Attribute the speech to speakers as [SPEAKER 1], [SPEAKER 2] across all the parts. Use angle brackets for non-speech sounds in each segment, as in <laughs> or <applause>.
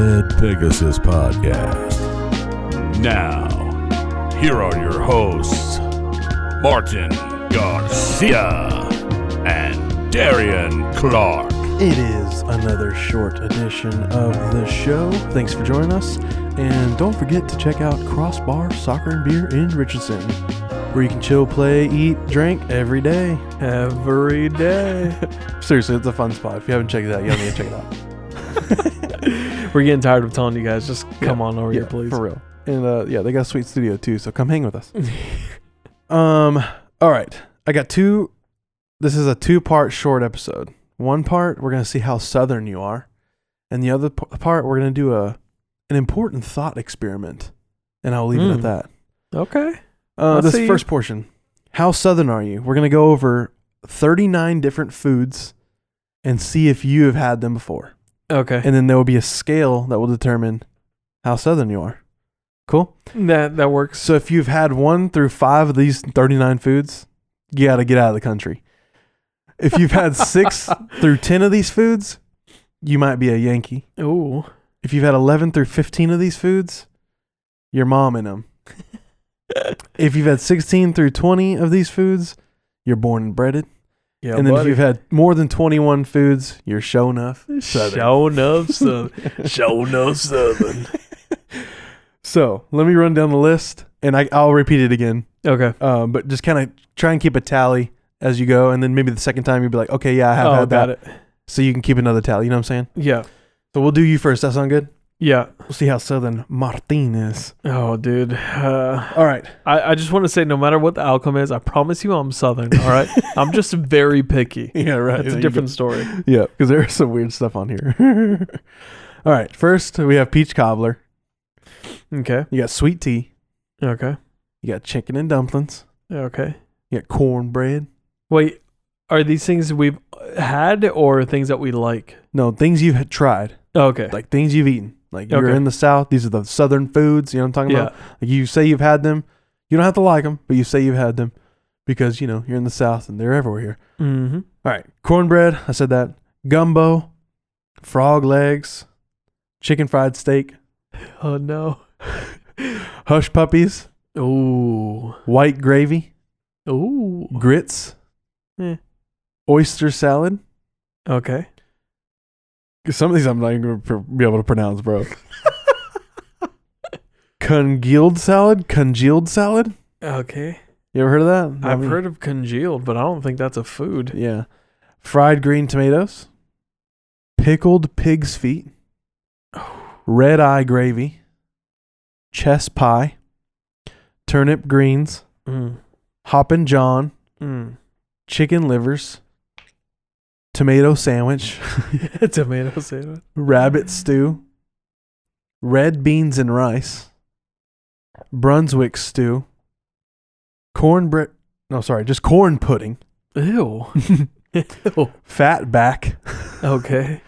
[SPEAKER 1] Pegasus Podcast.
[SPEAKER 2] Now, here are your hosts, Martin Garcia and Darian Clark.
[SPEAKER 3] It is another short edition of the show. Thanks for joining us. And don't forget to check out Crossbar Soccer and Beer in Richardson, where you can chill, play, eat, drink every day. Every day. Seriously, it's a fun spot. If you haven't checked it out, you need to check it out.
[SPEAKER 4] <laughs> We're getting tired of telling you guys, just come on over here, please.
[SPEAKER 3] For real. And uh, yeah, they got a sweet studio too, so come hang with us. um, all right. I got two this is a two part short episode. One part, we're gonna see how southern you are. And the other p- part, we're gonna do a an important thought experiment. And I'll leave it at
[SPEAKER 4] Mm.
[SPEAKER 3] that.
[SPEAKER 4] <laughs> Okay.
[SPEAKER 3] Uh,
[SPEAKER 4] Let's
[SPEAKER 3] this
[SPEAKER 4] see.
[SPEAKER 3] first portion. How southern are you? We're gonna go over thirty nine different foods and see if you have had them before.
[SPEAKER 4] Okay.
[SPEAKER 3] And then there will be a scale that will determine how southern you are. Cool?
[SPEAKER 4] that that works.
[SPEAKER 3] So if you've had one through five of these 39 foods, you got to get out of the country. If you've had
[SPEAKER 4] <laughs>
[SPEAKER 3] six through 10 of these foods, you might be a Yankee.
[SPEAKER 4] Ooh.
[SPEAKER 3] If you've had 11 through 15 of these foods, you're momming them. If you've had 16 through 20 of these foods, you're born and breaded.
[SPEAKER 4] Yeah,
[SPEAKER 3] and then if you've had more than 21 foods, you're show enough. Southern.
[SPEAKER 4] Show <laughs> enough southern. Show enough southern.
[SPEAKER 3] So let me run down the list and I, I'll repeat it again.
[SPEAKER 4] Okay.
[SPEAKER 3] um, but just kind of try and keep a tally as you go, and then maybe the second time you'll be like, okay, yeah, I have
[SPEAKER 4] oh,
[SPEAKER 3] had
[SPEAKER 4] got
[SPEAKER 3] that,
[SPEAKER 4] it.
[SPEAKER 3] so you can keep another tally. You know what I'm saying?
[SPEAKER 4] Yeah.
[SPEAKER 3] So we'll do you first. That sound good?
[SPEAKER 4] Yeah.
[SPEAKER 3] We'll see how Southern Martin is.
[SPEAKER 4] Oh, dude. Uh,
[SPEAKER 3] All right,
[SPEAKER 4] I, I just want to say, no matter what the outcome is, I promise you I'm Southern. All <laughs> right. I'm just very picky.
[SPEAKER 3] <laughs> yeah, right.
[SPEAKER 4] That's
[SPEAKER 3] There
[SPEAKER 4] a
[SPEAKER 3] you
[SPEAKER 4] different story.
[SPEAKER 3] go. Yeah, because there's some weird stuff on here. <laughs> All right, first we have peach cobbler.
[SPEAKER 4] Okay.
[SPEAKER 3] You got sweet tea.
[SPEAKER 4] Okay.
[SPEAKER 3] You got chicken and dumplings.
[SPEAKER 4] Okay.
[SPEAKER 3] You got cornbread.
[SPEAKER 4] Wait, are these things we've had or things that we like?
[SPEAKER 3] No, things you've had tried,
[SPEAKER 4] Okay.
[SPEAKER 3] like things you've eaten. Like you're
[SPEAKER 4] Okay.
[SPEAKER 3] in the South. These are the Southern foods. You know what I'm talking about?
[SPEAKER 4] yeah.
[SPEAKER 3] Like you say you've had them. You don't have to like them, but you say you've had them because, you know, you're in the South and they're everywhere here.
[SPEAKER 4] Mm-hmm.
[SPEAKER 3] All right. Cornbread. I said that. Gumbo. Frog legs. Chicken fried steak.
[SPEAKER 4] Oh no.
[SPEAKER 3] Hush puppies.
[SPEAKER 4] Ooh.
[SPEAKER 3] White gravy.
[SPEAKER 4] Ooh.
[SPEAKER 3] Grits.
[SPEAKER 4] Eh.
[SPEAKER 3] Oyster salad.
[SPEAKER 4] Okay.
[SPEAKER 3] 'Cause Some of these I'm not even going to be able to pronounce, bro. congealed salad. Congealed salad.
[SPEAKER 4] <laughs> Okay.
[SPEAKER 3] You ever heard of that?
[SPEAKER 4] I've
[SPEAKER 3] That-
[SPEAKER 4] heard of congealed, but I don't think that's a food.
[SPEAKER 3] Yeah. Fried green tomatoes, pickled pig's feet, red eye gravy, chess pie, turnip greens,
[SPEAKER 4] Mm.
[SPEAKER 3] hoppin' john,
[SPEAKER 4] <laughs> Mm.
[SPEAKER 3] chicken livers, tomato sandwich, <laughs>
[SPEAKER 4] Tomato salad.
[SPEAKER 3] rabbit stew, red beans and rice, Brunswick stew, cornbread. No, sorry, just corn pudding,
[SPEAKER 4] <laughs> Ew. Ew.
[SPEAKER 3] fat back. <laughs>
[SPEAKER 4] Okay.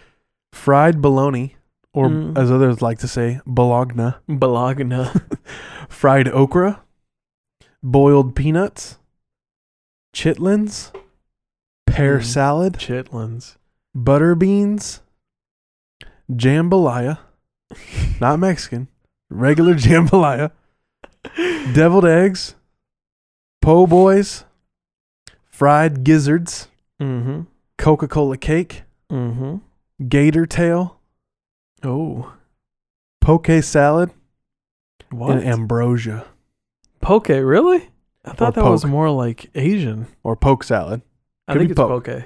[SPEAKER 3] fried bologna, or
[SPEAKER 4] Mm.
[SPEAKER 3] as others like to say, bologna,
[SPEAKER 4] Bologna.
[SPEAKER 3] fried okra, boiled peanuts, chitlins, pear
[SPEAKER 4] Mm.
[SPEAKER 3] salad,
[SPEAKER 4] <laughs> Chitlins.
[SPEAKER 3] butter beans, jambalaya, not Mexican, regular <laughs> jambalaya, deviled eggs, po' boys, fried gizzards,
[SPEAKER 4] Mm-hmm.
[SPEAKER 3] Coca Cola cake,
[SPEAKER 4] Mm-hmm.
[SPEAKER 3] gator tail,
[SPEAKER 4] Oh.
[SPEAKER 3] poke salad,
[SPEAKER 4] What?
[SPEAKER 3] and ambrosia.
[SPEAKER 4] poke, really? I thought that was
[SPEAKER 3] poke.
[SPEAKER 4] more like Asian.
[SPEAKER 3] or poke salad.
[SPEAKER 4] I
[SPEAKER 3] Could
[SPEAKER 4] think
[SPEAKER 3] be
[SPEAKER 4] it's
[SPEAKER 3] poke.
[SPEAKER 4] poke.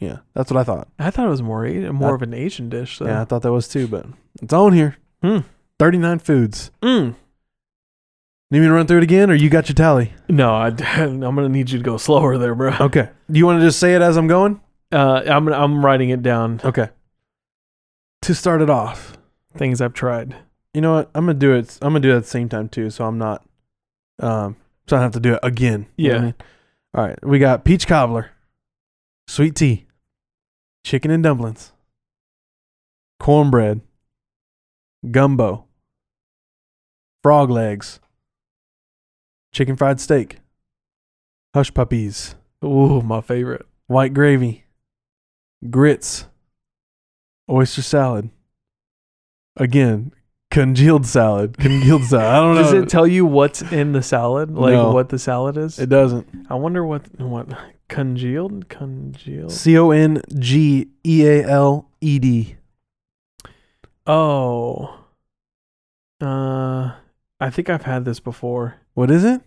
[SPEAKER 3] Yeah, that's what I thought.
[SPEAKER 4] I thought it was more A- more of an Asian dish. So.
[SPEAKER 3] Yeah, I thought that was too, but it's on here.
[SPEAKER 4] Hmm.
[SPEAKER 3] 39 foods.
[SPEAKER 4] Mm.
[SPEAKER 3] Need me to run through it again, or you got your tally?
[SPEAKER 4] No, I, <laughs> am gonna need you to go slower there, bro.
[SPEAKER 3] Okay. Do you want to just say it as I'm going?
[SPEAKER 4] Uh, I'm I'm writing it down.
[SPEAKER 3] Okay. To start it off,
[SPEAKER 4] Things I've tried.
[SPEAKER 3] you know what? I'm gonna do it. I'm gonna do it at the same time too, so I'm not, um, so I don't have to do it again. You know what I
[SPEAKER 4] Yeah.
[SPEAKER 3] mean? All right. We got peach cobbler, sweet tea, chicken and dumplings, cornbread, gumbo, frog legs, chicken fried steak, hush puppies,
[SPEAKER 4] Ooh, my favorite.
[SPEAKER 3] white gravy, grits, oyster salad, again, congealed salad. Congealed salad. I don't know.
[SPEAKER 4] <laughs> Does it tell you what's in the salad? Like
[SPEAKER 3] No.
[SPEAKER 4] what the salad is?
[SPEAKER 3] it doesn't.
[SPEAKER 4] I wonder what what congealed congealed.
[SPEAKER 3] C O N G E A L E D.
[SPEAKER 4] Oh. Uh I think I've had this before.
[SPEAKER 3] What is it?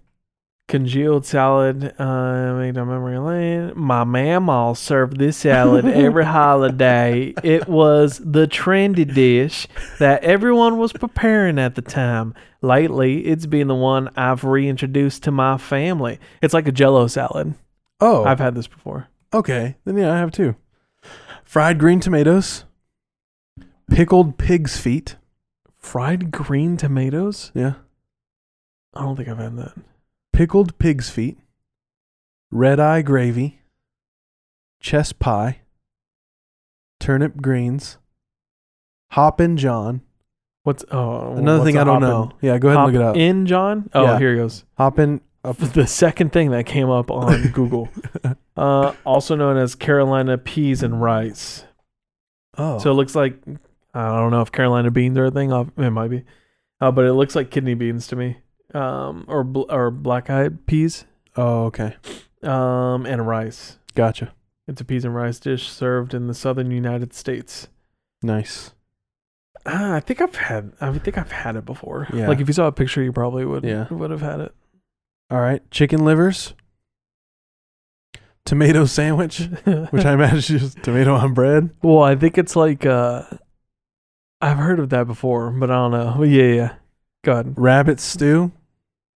[SPEAKER 4] Congealed salad, uh, made on memory lane. My mamaw served this salad
[SPEAKER 3] <laughs>
[SPEAKER 4] every holiday. It was the trendy dish that everyone was preparing at the time. Lately, it's been the one I've reintroduced to my family. It's like a jello salad.
[SPEAKER 3] Oh,
[SPEAKER 4] I've had this before.
[SPEAKER 3] okay. Then yeah, I have two. Fried green tomatoes, pickled pig's feet.
[SPEAKER 4] Fried green tomatoes?
[SPEAKER 3] Yeah,
[SPEAKER 4] I don't think I've had that.
[SPEAKER 3] pickled pig's feet, red eye gravy, chess pie, turnip greens, hop and john.
[SPEAKER 4] What's oh
[SPEAKER 3] Another
[SPEAKER 4] what's
[SPEAKER 3] thing
[SPEAKER 4] a
[SPEAKER 3] I don't
[SPEAKER 4] hoppin'-
[SPEAKER 3] know. Yeah, go ahead and look it up.
[SPEAKER 4] hop In John? Oh,
[SPEAKER 3] Yeah.
[SPEAKER 4] here he goes. <laughs>
[SPEAKER 3] Hop in. Up.
[SPEAKER 4] the second thing that came
[SPEAKER 3] <laughs>
[SPEAKER 4] up on Google, uh, also known as Carolina peas and rice.
[SPEAKER 3] Oh,
[SPEAKER 4] So it looks like I don't know if Carolina beans are a thing. I'll- It might be, uh, but it looks like kidney beans to me, um, or bl- or black eyed peas,
[SPEAKER 3] oh, okay,
[SPEAKER 4] um, and rice.
[SPEAKER 3] gotcha.
[SPEAKER 4] It's a peas and rice dish served in the southern United States.
[SPEAKER 3] Nice.
[SPEAKER 4] Ah, I think I've had. I think I've had it before.
[SPEAKER 3] Yeah.
[SPEAKER 4] Like if you saw a picture, you probably would.
[SPEAKER 3] Yeah.
[SPEAKER 4] Would have had <laughs> it.
[SPEAKER 3] All right, chicken livers, tomato sandwich,
[SPEAKER 4] <laughs>
[SPEAKER 3] which I imagine is tomato on bread.
[SPEAKER 4] Well, I think it's like uh I've heard of that before, but I don't know. Well, yeah, yeah. God,
[SPEAKER 3] Rabbit stew,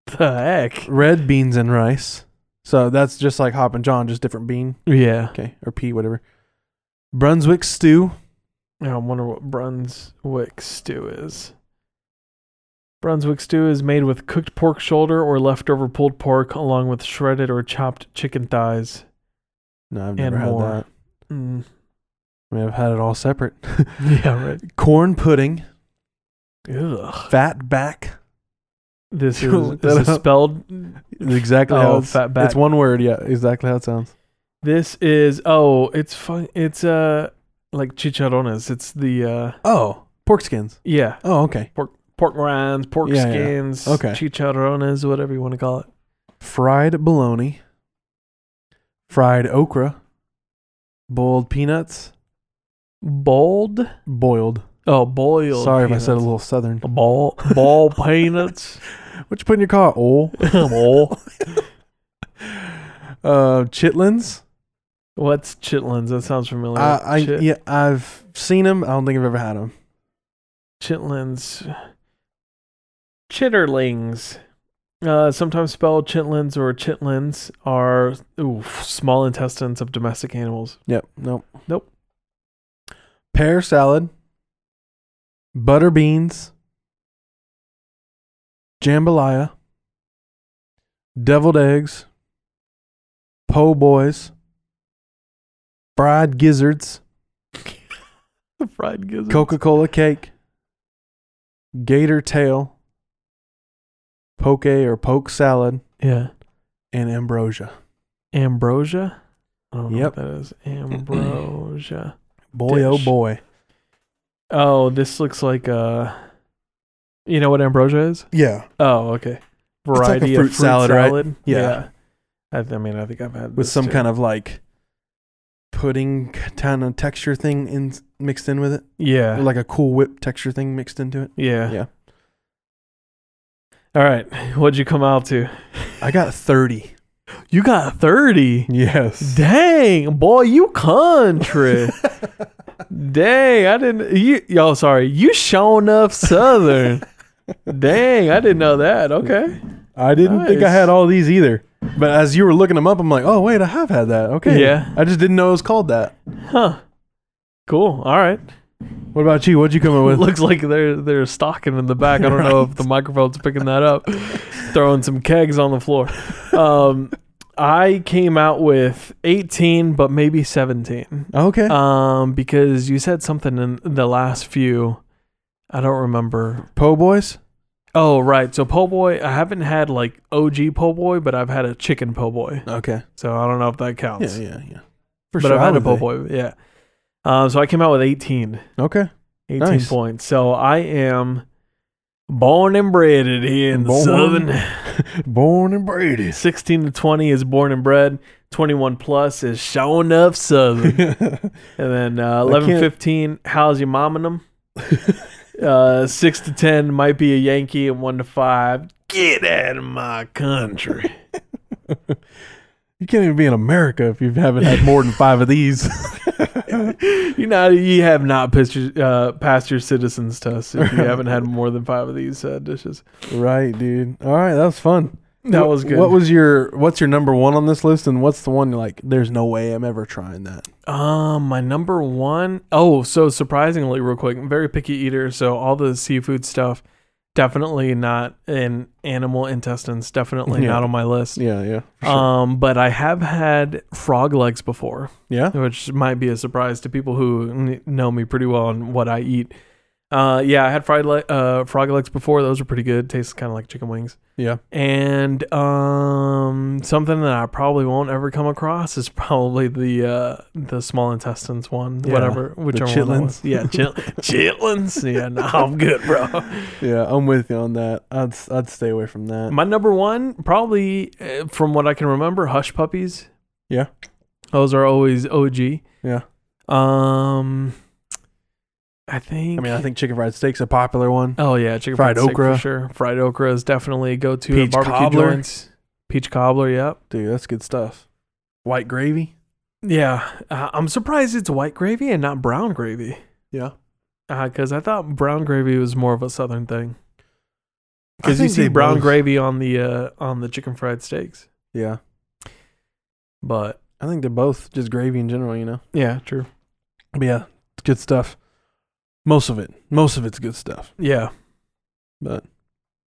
[SPEAKER 4] the heck.
[SPEAKER 3] red beans and rice. So that's just like Hop and John, just different bean.
[SPEAKER 4] Yeah.
[SPEAKER 3] Okay, or pea, whatever. Brunswick stew.
[SPEAKER 4] Now I wonder what Brunswick stew is. Brunswick stew is made with cooked pork shoulder or leftover pulled pork, along with shredded or chopped chicken thighs.
[SPEAKER 3] No, I've never
[SPEAKER 4] And
[SPEAKER 3] had
[SPEAKER 4] more.
[SPEAKER 3] that. <laughs>
[SPEAKER 4] Mm.
[SPEAKER 3] I mean, I've had it all separate. <laughs>
[SPEAKER 4] Yeah, right.
[SPEAKER 3] Corn pudding,
[SPEAKER 4] Ugh.
[SPEAKER 3] fat back.
[SPEAKER 4] This
[SPEAKER 3] You
[SPEAKER 4] is,
[SPEAKER 3] looked <laughs> that
[SPEAKER 4] is this
[SPEAKER 3] up?
[SPEAKER 4] spelled.
[SPEAKER 3] Exactly
[SPEAKER 4] Oh,
[SPEAKER 3] how it's,
[SPEAKER 4] fat back.
[SPEAKER 3] It's one word, yeah. Exactly how it sounds.
[SPEAKER 4] This is oh, it's fun. It's uh like chicharrones. It's the uh
[SPEAKER 3] Oh, pork skins.
[SPEAKER 4] yeah.
[SPEAKER 3] Oh, okay.
[SPEAKER 4] pork rinds, pork
[SPEAKER 3] Yeah, yeah.
[SPEAKER 4] skins,
[SPEAKER 3] Okay.
[SPEAKER 4] chicharrones, whatever you want to call it.
[SPEAKER 3] Fried bologna, fried okra, boiled peanuts,
[SPEAKER 4] Boiled?
[SPEAKER 3] boiled.
[SPEAKER 4] Oh, boiled.
[SPEAKER 3] Sorry if I said a
[SPEAKER 4] peanuts.
[SPEAKER 3] little southern.
[SPEAKER 4] Ball,
[SPEAKER 3] <laughs>
[SPEAKER 4] ball peanuts.
[SPEAKER 3] What you put in your car?
[SPEAKER 4] <laughs>
[SPEAKER 3] Oh,
[SPEAKER 4] Ball.
[SPEAKER 3] uh, chitlins.
[SPEAKER 4] What's chitlins? That sounds familiar.
[SPEAKER 3] I, Uh, I
[SPEAKER 4] Chit-
[SPEAKER 3] yeah, I've seen them. I don't think I've ever had them.
[SPEAKER 4] Chitlins. Chitterlings. Uh, sometimes spelled chitlins or chitlins are oof, small intestines of domestic animals. <laughs>
[SPEAKER 3] Yep. Nope.
[SPEAKER 4] Nope.
[SPEAKER 3] Pear salad, butter beans, jambalaya, deviled eggs, po' boys, fried gizzards,
[SPEAKER 4] Fried gizzards.
[SPEAKER 3] Coca Cola cake, gator tail, poke or poke salad,
[SPEAKER 4] Yeah.
[SPEAKER 3] and ambrosia.
[SPEAKER 4] Ambrosia. I don't know
[SPEAKER 3] Yep.
[SPEAKER 4] what that
[SPEAKER 3] <clears throat>
[SPEAKER 4] is. Ambrosia.
[SPEAKER 3] Boy, oh
[SPEAKER 4] Dish.
[SPEAKER 3] boy.
[SPEAKER 4] Oh, this looks like uh you know what ambrosia is?
[SPEAKER 3] Yeah.
[SPEAKER 4] Oh, okay.
[SPEAKER 3] like a
[SPEAKER 4] Variety of
[SPEAKER 3] fruit
[SPEAKER 4] fruit
[SPEAKER 3] salad,
[SPEAKER 4] salad,
[SPEAKER 3] right? Yeah.
[SPEAKER 4] Yeah. I, th- I mean, I think I've had
[SPEAKER 3] with
[SPEAKER 4] this
[SPEAKER 3] some
[SPEAKER 4] too.
[SPEAKER 3] kind of like pudding kind of texture thing in mixed in with it,
[SPEAKER 4] yeah,
[SPEAKER 3] Or like a Cool Whip texture thing mixed into it.
[SPEAKER 4] yeah,
[SPEAKER 3] yeah.
[SPEAKER 4] All right, <laughs> what'd you come out to?
[SPEAKER 3] I got thirty.
[SPEAKER 4] You got thirty.
[SPEAKER 3] <laughs> Yes.
[SPEAKER 4] Dang, boy,
[SPEAKER 3] <laughs>
[SPEAKER 4] you country. Dang, I didn't. You, y'all, sorry, you shown
[SPEAKER 3] <laughs>
[SPEAKER 4] enough southern. Dang, I didn't know that. Okay.
[SPEAKER 3] I didn't think I
[SPEAKER 4] Nice.
[SPEAKER 3] had all these either, but as you were looking them up, I'm like, oh wait, I have had that. Okay.
[SPEAKER 4] Yeah.
[SPEAKER 3] I just didn't know it was called that.
[SPEAKER 4] Huh. Cool. All right.
[SPEAKER 3] What about you? What'd you come up
[SPEAKER 4] It
[SPEAKER 3] with?
[SPEAKER 4] looks like they're they're stocking in the back. I don't know
[SPEAKER 3] <laughs>
[SPEAKER 4] if the microphone's picking that up. Throwing some kegs on the floor.
[SPEAKER 3] <laughs>
[SPEAKER 4] Um, I came out with 18, but maybe 17.
[SPEAKER 3] okay.
[SPEAKER 4] Um, because you said something in the last few. I don't remember.
[SPEAKER 3] po boys.
[SPEAKER 4] Oh, right. So po' boy, I haven't had like OG po' boy, but I've had a chicken po' boy.
[SPEAKER 3] Okay.
[SPEAKER 4] So I don't know if that counts.
[SPEAKER 3] Uh. Yeah, yeah, yeah. For
[SPEAKER 4] but I've
[SPEAKER 3] I
[SPEAKER 4] had a
[SPEAKER 3] would
[SPEAKER 4] po'
[SPEAKER 3] think.
[SPEAKER 4] boy. Yeah. Um, so I came out with 18.
[SPEAKER 3] Okay.
[SPEAKER 4] 18
[SPEAKER 3] Nice.
[SPEAKER 4] points. So I am born and bred in here in the
[SPEAKER 3] Born.
[SPEAKER 4] southern. <laughs>
[SPEAKER 3] <laughs> Born and <laughs> bred.
[SPEAKER 4] 16 to 20 is born and bred. 21 plus is showing enough southern.
[SPEAKER 3] <laughs>
[SPEAKER 4] And then uh,
[SPEAKER 3] I
[SPEAKER 4] 11,
[SPEAKER 3] can't-
[SPEAKER 4] 15, how's your mom
[SPEAKER 3] <laughs>
[SPEAKER 4] and them? uh, 6 to 10 might be a Yankee, and 1 to 5, get out of my
[SPEAKER 3] <laughs>
[SPEAKER 4] country.
[SPEAKER 3] you can't even be in America if you haven't had more than five of these. <laughs>
[SPEAKER 4] you know, you have not pissed your, uh, passed your citizens test
[SPEAKER 3] <laughs>
[SPEAKER 4] if you haven't had more than five of these uh, dishes.
[SPEAKER 3] right, dude. All right, that was fun.
[SPEAKER 4] That
[SPEAKER 3] Wh-
[SPEAKER 4] was good.
[SPEAKER 3] What was your What's your number one on this list, and what's the one you're like? There's no way I'm ever trying that.
[SPEAKER 4] Um, my number one oh so surprisingly, real quick, I'm a very picky eater, so all the seafood stuff, definitely not in animal intestines, definitely
[SPEAKER 3] Yeah.
[SPEAKER 4] not on my list.
[SPEAKER 3] Yeah, yeah, for sure.
[SPEAKER 4] Um, but I have had frog legs before,
[SPEAKER 3] yeah.
[SPEAKER 4] which might be a surprise to people who kn- know me pretty well and what I eat. Uh, yeah, I had fried le- uh frog legs before. Those were pretty good. Tastes kind of like chicken wings.
[SPEAKER 3] Yeah.
[SPEAKER 4] And um, something that I probably won't ever come across is <laughs> probably the uh the small intestines one,
[SPEAKER 3] Yeah,
[SPEAKER 4] whatever, whichever one. that was.
[SPEAKER 3] chitlins. <laughs>
[SPEAKER 4] Yeah, chit- chitlins. Yeah, no, I'm good, bro.
[SPEAKER 3] Yeah, I'm with you on that. I'd I'd stay away from that.
[SPEAKER 4] My number one, probably uh, from what I can remember, Hush Puppies.
[SPEAKER 3] Yeah.
[SPEAKER 4] Those are always OG.
[SPEAKER 3] Yeah.
[SPEAKER 4] Um, I think.
[SPEAKER 3] I mean, I think chicken fried steak's a popular one.
[SPEAKER 4] Oh yeah, chicken
[SPEAKER 3] Fried
[SPEAKER 4] fried, steak
[SPEAKER 3] okra.
[SPEAKER 4] for sure. Fried okra is definitely a go-to at
[SPEAKER 3] Peach
[SPEAKER 4] barbecue
[SPEAKER 3] cobbler.
[SPEAKER 4] joints. Peach cobbler, yep.
[SPEAKER 3] Dude, that's good stuff. White gravy.
[SPEAKER 4] Yeah, uh, I'm surprised it's white gravy and not brown gravy.
[SPEAKER 3] Yeah.
[SPEAKER 4] Because I thought brown gravy was more of a southern thing.
[SPEAKER 3] I
[SPEAKER 4] Because you
[SPEAKER 3] think
[SPEAKER 4] see
[SPEAKER 3] they
[SPEAKER 4] brown
[SPEAKER 3] both-
[SPEAKER 4] gravy on the uh, on the chicken fried steaks,
[SPEAKER 3] Yeah,
[SPEAKER 4] but
[SPEAKER 3] I think they're both just gravy in general. You know.
[SPEAKER 4] yeah, true.
[SPEAKER 3] But yeah, it's good stuff. Most of it. Most of it's good stuff.
[SPEAKER 4] Yeah,
[SPEAKER 3] But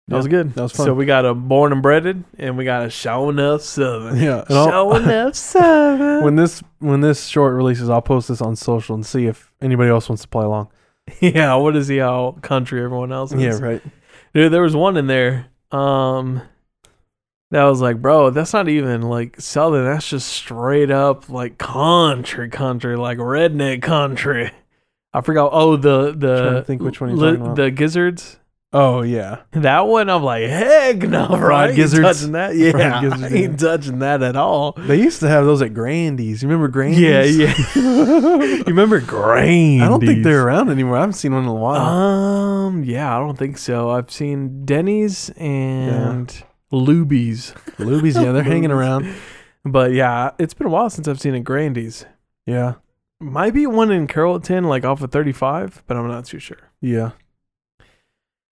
[SPEAKER 4] That was
[SPEAKER 3] Yeah,
[SPEAKER 4] good.
[SPEAKER 3] that was fun.
[SPEAKER 4] So we got a born and breaded, and we got a show enough southern.
[SPEAKER 3] yeah, <laughs> and I'll- <laughs>
[SPEAKER 4] Show enough southern.
[SPEAKER 3] when this when this short releases, I'll post this on social and see if anybody else wants to play along.
[SPEAKER 4] <laughs> yeah, what is he? How country everyone else is?
[SPEAKER 3] right.
[SPEAKER 4] Dude, there was one in there. Um, that was like, bro, that's not even like southern. That's just straight up like country, country, like redneck country. I forgot. Oh, the
[SPEAKER 3] Trying
[SPEAKER 4] the
[SPEAKER 3] to think which one you're
[SPEAKER 4] li-
[SPEAKER 3] talking about.
[SPEAKER 4] the gizzards.
[SPEAKER 3] Oh yeah,
[SPEAKER 4] That one, I'm like, heck no, bro. I
[SPEAKER 3] Fried
[SPEAKER 4] ain't
[SPEAKER 3] gizzards.
[SPEAKER 4] touching that. Yeah,
[SPEAKER 3] gizzards,
[SPEAKER 4] <laughs> I ain't touching that at all.
[SPEAKER 3] they used to have those at Grandy's. You remember Grandy's?
[SPEAKER 4] Yeah,
[SPEAKER 3] <laughs>
[SPEAKER 4] yeah. <laughs> you remember grain?
[SPEAKER 3] I don't think they're around anymore. I haven't seen one in a while.
[SPEAKER 4] Um, yeah, I don't think so. I've seen Denny's and Luby's,
[SPEAKER 3] <laughs> Luby's, yeah, they're hanging around.
[SPEAKER 4] but yeah, it's been a while since I've seen a Grandy's.
[SPEAKER 3] Yeah,
[SPEAKER 4] Might be one in Carrollton, like off of 35, but I'm not too sure.
[SPEAKER 3] yeah.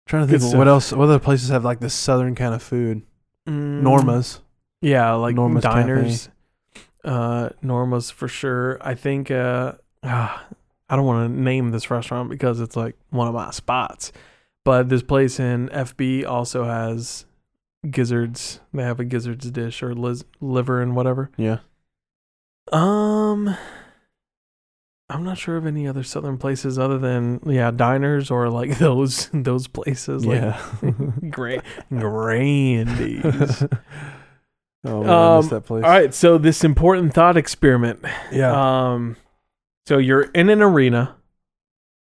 [SPEAKER 3] Trying to
[SPEAKER 4] Good
[SPEAKER 3] think of what
[SPEAKER 4] stuff.
[SPEAKER 3] else. What other places have like this southern kind of food? Mm-hmm.
[SPEAKER 4] Mm,
[SPEAKER 3] Norma's.
[SPEAKER 4] yeah, like
[SPEAKER 3] Norma's
[SPEAKER 4] diners, uh, Norma's for sure. I think, uh, ah, I don't want to name this restaurant because it's like one of my spots, but this place in FB also has gizzards. They have a gizzards dish or liz- liver and whatever.
[SPEAKER 3] <laughs> Yeah.
[SPEAKER 4] Um, I'm not sure of any other southern places other than yeah, diners or like <laughs> those those places like <laughs> Gra- Grandy's.
[SPEAKER 3] oh, man, I miss
[SPEAKER 4] Um,
[SPEAKER 3] that
[SPEAKER 4] All
[SPEAKER 3] place.
[SPEAKER 4] right, so this important thought experiment.
[SPEAKER 3] Yeah.
[SPEAKER 4] Um, so you're in an arena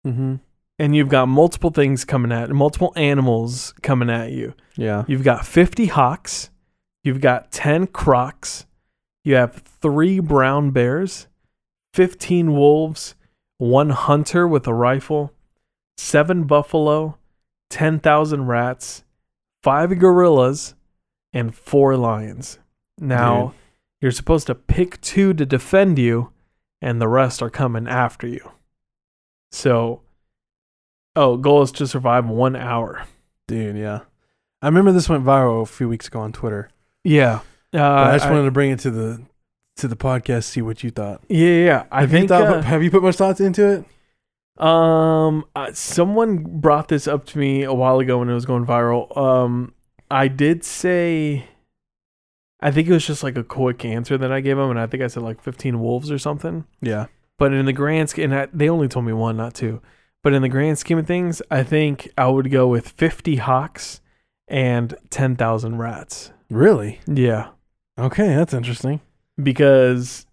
[SPEAKER 3] mm-hmm.
[SPEAKER 4] and you've got multiple things coming at, multiple animals coming at you.
[SPEAKER 3] Yeah.
[SPEAKER 4] You've got 50 hawks, you've got 10 crocs, you have three brown bears, 15 wolves, one hunter with a rifle, seven buffalo, 10,000 rats, five gorillas, and four lions. Now,
[SPEAKER 3] Dude.
[SPEAKER 4] you're supposed to pick two to defend you, and the rest are coming after you. So, oh, goal is to survive one hour.
[SPEAKER 3] Dude, yeah. I remember this went viral a few weeks ago on Twitter.
[SPEAKER 4] Yeah. Uh,
[SPEAKER 3] but I just
[SPEAKER 4] I-
[SPEAKER 3] wanted to bring it to the to the podcast, see what you thought.
[SPEAKER 4] Yeah, yeah, yeah. I
[SPEAKER 3] have you
[SPEAKER 4] think
[SPEAKER 3] thought, have you put much thoughts into it?
[SPEAKER 4] uh, um uh, someone brought this up to me a while ago when it was going viral. Um I did say I think it was just like a quick answer that I gave him and I think I said like 15 wolves or something.
[SPEAKER 3] Yeah.
[SPEAKER 4] But in the grand scheme and I, they only told me one not two. But in the grand scheme of things, I think I would go with 50 hawks and 10,000 rats.
[SPEAKER 3] Really?
[SPEAKER 4] Yeah.
[SPEAKER 3] Okay, that's interesting.
[SPEAKER 4] because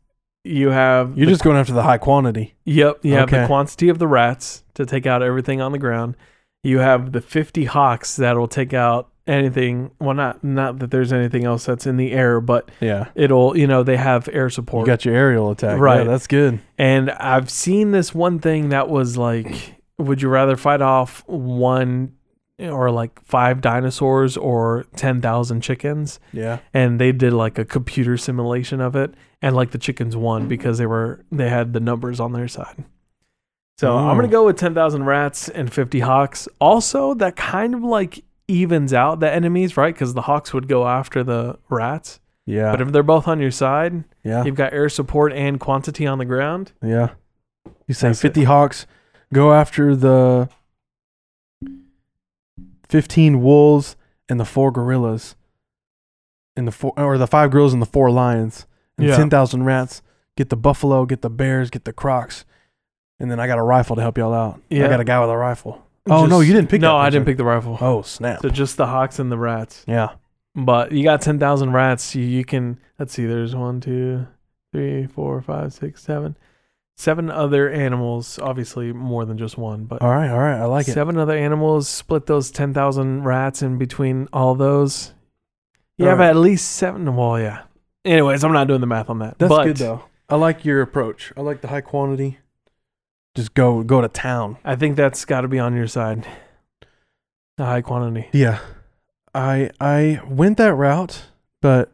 [SPEAKER 4] you have
[SPEAKER 3] You're just going after the high quantity.
[SPEAKER 4] Yep, you have
[SPEAKER 3] Okay.
[SPEAKER 4] the quantity of the rats to take out everything on the ground. You have the 50 hawks that will take out anything. Well, not not that there's anything else that's in the air, but
[SPEAKER 3] Yeah.
[SPEAKER 4] it'll, you know, they have air
[SPEAKER 3] You
[SPEAKER 4] support.
[SPEAKER 3] got your aerial attack. Right.
[SPEAKER 4] Right.
[SPEAKER 3] that's good.
[SPEAKER 4] and I've seen this one thing that was like would you rather fight off one or like five dinosaurs or 10,000 chickens?
[SPEAKER 3] Yeah.
[SPEAKER 4] and they did like a computer simulation of it and like the chickens won because they were they had the numbers on their side so
[SPEAKER 3] Oh.
[SPEAKER 4] i'm gonna go with 10000 rats and 50 hawks also that kind of like evens out the enemies right because the hawks would go after the rats
[SPEAKER 3] Yeah.
[SPEAKER 4] but if they're both on your side
[SPEAKER 3] yeah.
[SPEAKER 4] you've got air support and quantity on the ground
[SPEAKER 3] Yeah. You say
[SPEAKER 4] That's it.
[SPEAKER 3] 50 hawks go after the 15 wolves and the four gorillas. And the four or the five gorillas and the four lions and
[SPEAKER 4] Yeah.
[SPEAKER 3] 10,000 rats. Get the buffalo, get the bears, get the crocs. And then I got a rifle to help y'all out. I
[SPEAKER 4] Yeah.
[SPEAKER 3] got a guy with a rifle. Oh, no,
[SPEAKER 4] Just-
[SPEAKER 3] you didn't pick
[SPEAKER 4] no
[SPEAKER 3] that
[SPEAKER 4] i didn't
[SPEAKER 3] picture.
[SPEAKER 4] pick the rifle
[SPEAKER 3] Oh, snap.
[SPEAKER 4] so just the hawks and the rats
[SPEAKER 3] Yeah.
[SPEAKER 4] But you got ten thousand rats. You, you can let's see. There's one, two, three, four, five, six, seven, seven other animals. Obviously, more than just one, but
[SPEAKER 3] All right, all right. Oh, I like it.
[SPEAKER 4] seven other animals. Split those ten thousand rats in between all those. You have
[SPEAKER 3] Alright.
[SPEAKER 4] at least seven. Well, yeah. Anyways, I'm not doing the math on that.
[SPEAKER 3] That's
[SPEAKER 4] but
[SPEAKER 3] good though. I like your approach. I like the high quantity. Just go go to town.
[SPEAKER 4] I think that's got to be on your side. The high quantity.
[SPEAKER 3] Yeah. I I went that route, but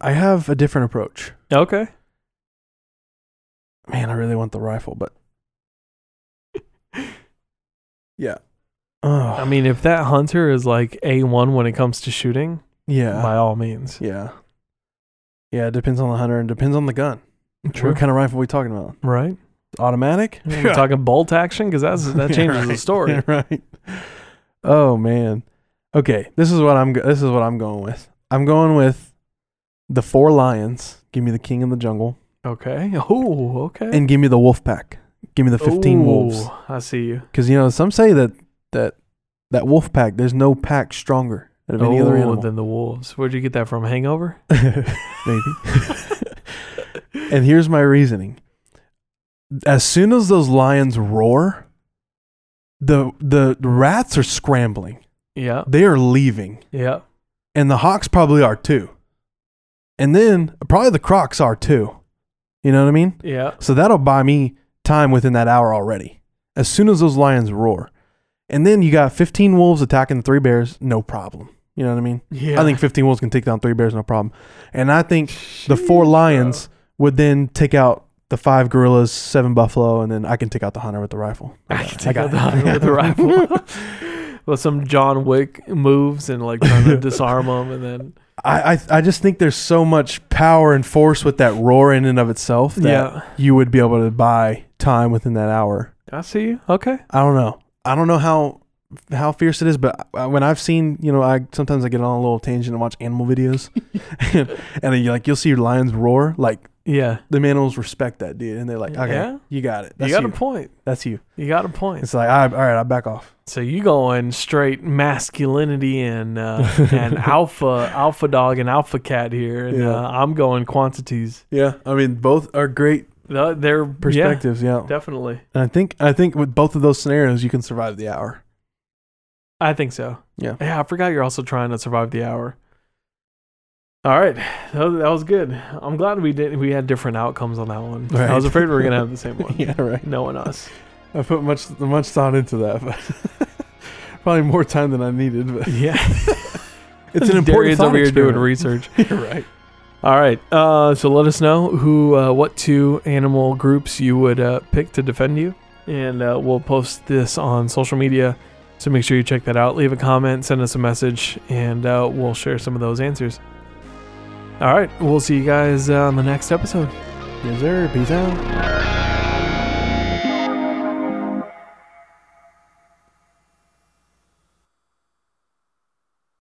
[SPEAKER 3] I have a different approach.
[SPEAKER 4] Okay.
[SPEAKER 3] Man, I really want the rifle,
[SPEAKER 4] <laughs>
[SPEAKER 3] but Yeah. Oh.
[SPEAKER 4] I mean, if that hunter is like a one when it comes to shooting,
[SPEAKER 3] yeah.
[SPEAKER 4] by all means.
[SPEAKER 3] yeah. Yeah, it depends on the hunter and depends on the gun. What kind of rifle are we talking about?
[SPEAKER 4] Right.
[SPEAKER 3] Automatic?
[SPEAKER 4] <laughs> We're talking bolt action because that's
[SPEAKER 3] <laughs>
[SPEAKER 4] that
[SPEAKER 3] Yeah,
[SPEAKER 4] changes the
[SPEAKER 3] right.
[SPEAKER 4] story.
[SPEAKER 3] Yeah, right. Oh man. Okay, this is what I'm go- this is what I'm going with. I'm going with the four lions. Give me the king of the jungle
[SPEAKER 4] Okay. Oh, okay.
[SPEAKER 3] and give me the wolf pack. Give me the 15 wolves.
[SPEAKER 4] Ooh, I see you.
[SPEAKER 3] Because you know some say that that that wolf pack. There's no pack stronger out of any other
[SPEAKER 4] Oh,
[SPEAKER 3] animal.
[SPEAKER 4] than the <laughs> wolves. Where'd you get that from? Hangover?
[SPEAKER 3] <laughs> Maybe. and here's my reasoning: as soon as those lions roar, the the rats are scrambling.
[SPEAKER 4] Yeah.
[SPEAKER 3] They are leaving,
[SPEAKER 4] Yeah.
[SPEAKER 3] and the hawks probably are too. And then probably the crocs are too. You know what I mean?
[SPEAKER 4] Yeah.
[SPEAKER 3] So that'll buy me time within that hour already. As soon as those lions roar. And then you got 15 wolves attacking three bears, no problem. You know what I mean?
[SPEAKER 4] Yeah.
[SPEAKER 3] I think 15 wolves can take down three bears, no problem. And I think the four lions would then take out the five gorillas, seven buffalo, and then I can take out the hunter with the rifle.
[SPEAKER 4] I
[SPEAKER 3] it.
[SPEAKER 4] can take out
[SPEAKER 3] it.
[SPEAKER 4] the
[SPEAKER 3] <laughs>
[SPEAKER 4] hunter with a rifle. <laughs> With some John Wick moves and like
[SPEAKER 3] <laughs>
[SPEAKER 4] trying to disarm them, and then
[SPEAKER 3] I, I, I just think there's so much power and force with that roar in and of itself that
[SPEAKER 4] yeah,
[SPEAKER 3] you would be able to buy time within that hour.
[SPEAKER 4] I see you. Okay,
[SPEAKER 3] I don't know. I don't know how how fierce it is, but I- when I've seen, you know, I sometimes I get on a little tangent and watch animal <laughs> videos, and, and you like you'll see lions roar, like
[SPEAKER 4] yeah,
[SPEAKER 3] the animals respect that dude, and they're like, okay,
[SPEAKER 4] Yeah?
[SPEAKER 3] you got it,
[SPEAKER 4] you
[SPEAKER 3] that's you,
[SPEAKER 4] got a point.
[SPEAKER 3] that's you.
[SPEAKER 4] You got a point.
[SPEAKER 3] It's like, all right, all right, I back off.
[SPEAKER 4] So you going straight masculinity and uh,
[SPEAKER 3] <laughs>
[SPEAKER 4] and alpha alpha dog and alpha cat here, and
[SPEAKER 3] Yeah.
[SPEAKER 4] uh, I'm going quantities.
[SPEAKER 3] Yeah, I mean, both are great
[SPEAKER 4] Th- Their perspective,
[SPEAKER 3] perspectives. Yeah,
[SPEAKER 4] definitely.
[SPEAKER 3] and I think I think with both of those scenarios, you can survive the hour.
[SPEAKER 4] I think so.
[SPEAKER 3] Yeah.
[SPEAKER 4] Yeah, I forgot you're also trying to survive the hour. All right, that was, that was good. I'm glad we did. We had different outcomes on that one.
[SPEAKER 3] Right.
[SPEAKER 4] I was afraid we were gonna have
[SPEAKER 3] <laughs>
[SPEAKER 4] the same one.
[SPEAKER 3] <laughs> yeah, right.
[SPEAKER 4] No one us.
[SPEAKER 3] <laughs> I put much much thought into that, but <laughs> probably more time than I needed. But
[SPEAKER 4] Yeah,
[SPEAKER 3] it's an important
[SPEAKER 4] Darian's
[SPEAKER 3] thought
[SPEAKER 4] over here doing
[SPEAKER 3] experiment.
[SPEAKER 4] research.
[SPEAKER 3] You're <laughs> right.
[SPEAKER 4] All right. Uh, so let us know who, uh, what two animal groups you would uh, pick to defend you, and uh, we'll post this on social media. So make sure you check that out. Leave a comment, send us a message, and uh, we'll share some of those answers. All right. We'll see you guys uh, on the next episode.
[SPEAKER 3] Yes, sir. Peace out.